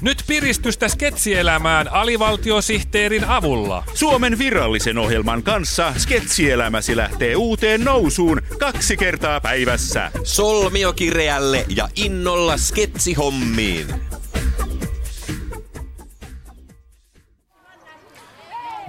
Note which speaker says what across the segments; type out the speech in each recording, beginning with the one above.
Speaker 1: Nyt piristystä sketsielämään alivaltiosihteerin avulla.
Speaker 2: Suomen virallisen ohjelman kanssa sketsielämäsi lähtee uuteen nousuun kaksi kertaa päivässä.
Speaker 3: Solmiokireälle ja innolla sketsihommiin.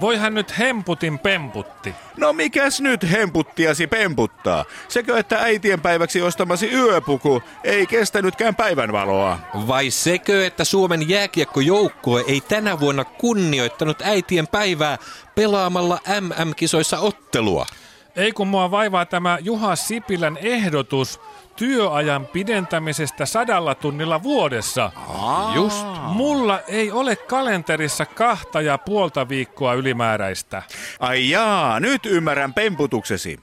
Speaker 1: Voi hän nyt hemputin pemputti.
Speaker 2: No mikäs nyt hemputtiasi pemputtaa? Sekö, että äitienpäiväksi ostamasi yöpuku ei kestänytkään päivänvaloa?
Speaker 3: Vai sekö, että Suomen jääkiekkojoukkue ei tänä vuonna kunnioittanut äitien päivää pelaamalla MM-kisoissa ottelua?
Speaker 1: Ei kun mua vaivaa tämä Juha Sipilän ehdotus työajan pidentämisestä sadalla tunnilla vuodessa.
Speaker 3: Just.
Speaker 1: Mulla ei ole kalenterissa kahta ja puolta viikkoa ylimääräistä.
Speaker 2: Ai jaa, nyt ymmärrän pemputuksesi.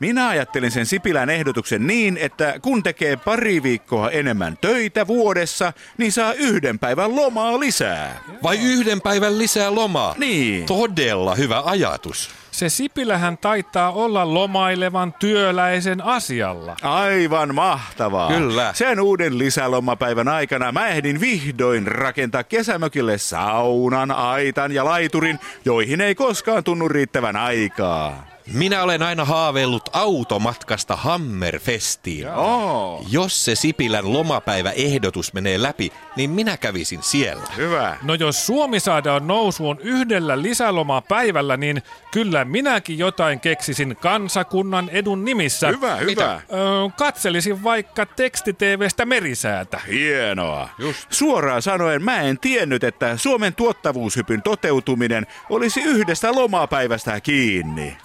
Speaker 2: Minä ajattelin sen Sipilän ehdotuksen niin, että kun tekee pari viikkoa enemmän töitä vuodessa, niin saa yhden päivän lomaa lisää.
Speaker 3: Vai yhden päivän lisää lomaa?
Speaker 2: Niin.
Speaker 3: Todella hyvä ajatus.
Speaker 1: Se Sipilähän taitaa olla lomailevan työläisen asialla.
Speaker 2: Aivan mahtavaa.
Speaker 3: Kyllä.
Speaker 2: Sen uuden lisälomapäivän aikana mä ehdin vihdoin rakentaa kesämökille saunan, aitan ja laiturin, joihin ei koskaan tunnu riittävän aikaa.
Speaker 3: Minä olen aina haaveillut automatkasta Hammerfestiin.
Speaker 2: Oo,
Speaker 3: Jos se Sipilän lomapäiväehdotus menee läpi, niin minä kävisin siellä.
Speaker 2: hyvä.
Speaker 1: No jos Suomi saadaan nousuun yhdellä lisälomapäivällä, niin kyllä minäkin jotain keksisin kansakunnan edun nimissä.
Speaker 2: Hyvä, hyvä.
Speaker 1: Ö, katselisin vaikka tekstiteevestä merisäätä.
Speaker 2: Hienoa.
Speaker 3: Just.
Speaker 2: Suoraan sanoen mä en tiennyt, että Suomen tuottavuushypyn toteutuminen olisi yhdestä lomapäivästä kiinni.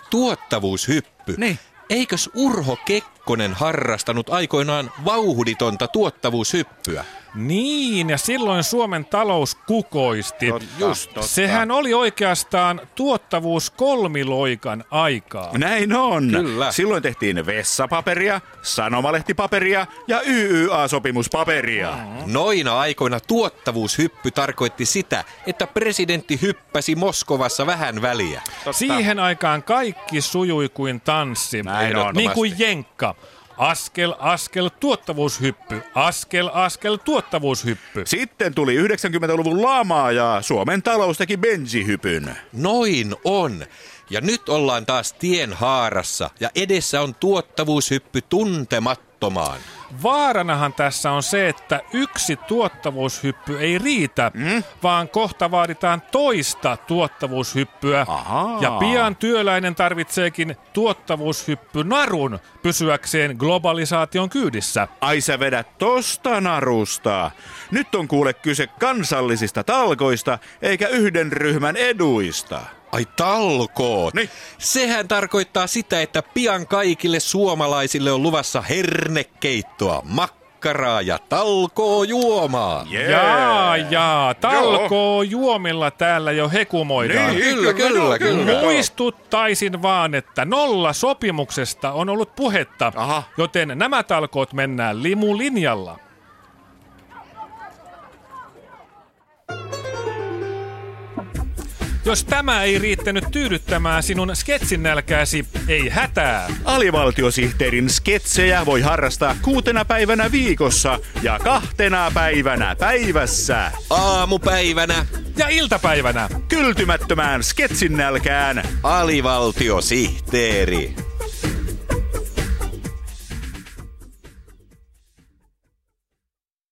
Speaker 3: Tuottavuushyppy.
Speaker 2: Niin.
Speaker 3: Eikös Urho Kekkonen harrastanut aikoinaan vauhditonta tuottavuushyppyä?
Speaker 1: Niin, ja silloin Suomen talous kukoisti.
Speaker 2: Just totta.
Speaker 1: Sehän oli oikeastaan tuottavuus kolmiloikan aikaa.
Speaker 2: Näin on.
Speaker 3: Kyllä.
Speaker 2: Silloin tehtiin vessapaperia, sanomalehtipaperia ja YYA-sopimuspaperia.
Speaker 3: Mm. Noina aikoina tuottavuushyppy tarkoitti sitä, että presidentti hyppäsi Moskovassa vähän väliä.
Speaker 1: Siihen aikaan kaikki sujui kuin tanssi.
Speaker 2: Näin
Speaker 3: Ehdottomasti.
Speaker 1: niin kuin jenkka. Askel, askel, tuottavuushyppy. Askel, askel, tuottavuushyppy.
Speaker 2: Sitten tuli 90-luvun lama ja Suomen talous teki bensihypyn.
Speaker 3: Noin on. Ja nyt ollaan taas tien haarassa ja edessä on tuottavuushyppy tuntemattomaan.
Speaker 1: Vaaranahan tässä on se, että yksi tuottavuushyppy ei riitä,
Speaker 2: Mm.
Speaker 1: vaan kohta vaaditaan toista tuottavuushyppyä.
Speaker 2: Ahaa.
Speaker 1: Ja pian työläinen tarvitseekin tuottavuushyppynarun pysyäkseen globalisaation kyydissä.
Speaker 2: Ai sä vedät tosta narusta. Nyt on kuule kyse kansallisista talkoista eikä yhden ryhmän eduista.
Speaker 3: Ai talkoot!
Speaker 2: Niin.
Speaker 3: Sehän tarkoittaa sitä, että pian kaikille suomalaisille on luvassa hernekeittoa, makkaraa ja talkoo juomaa.
Speaker 2: Jee.
Speaker 1: Jaa, jaa, talkoo juomilla täällä jo hekumoidaan.
Speaker 2: Niin,
Speaker 3: Kyllä, kyllä, kyllä.
Speaker 1: Muistuttaisin vaan, että nolla sopimuksesta on ollut puhetta,
Speaker 2: Aha.
Speaker 1: joten nämä talkoot mennään limulinjalla. Jos tämä ei riittänyt tyydyttämään sinun sketsin nälkääsi, ei hätää.
Speaker 2: Alivaltiosihteerin sketsejä voi harrastaa kuutena päivänä viikossa ja kahtena päivänä päivässä.
Speaker 3: Aamupäivänä
Speaker 1: Ja iltapäivänä.
Speaker 2: Kyltymättömään sketsin nälkään
Speaker 3: alivaltiosihteeri.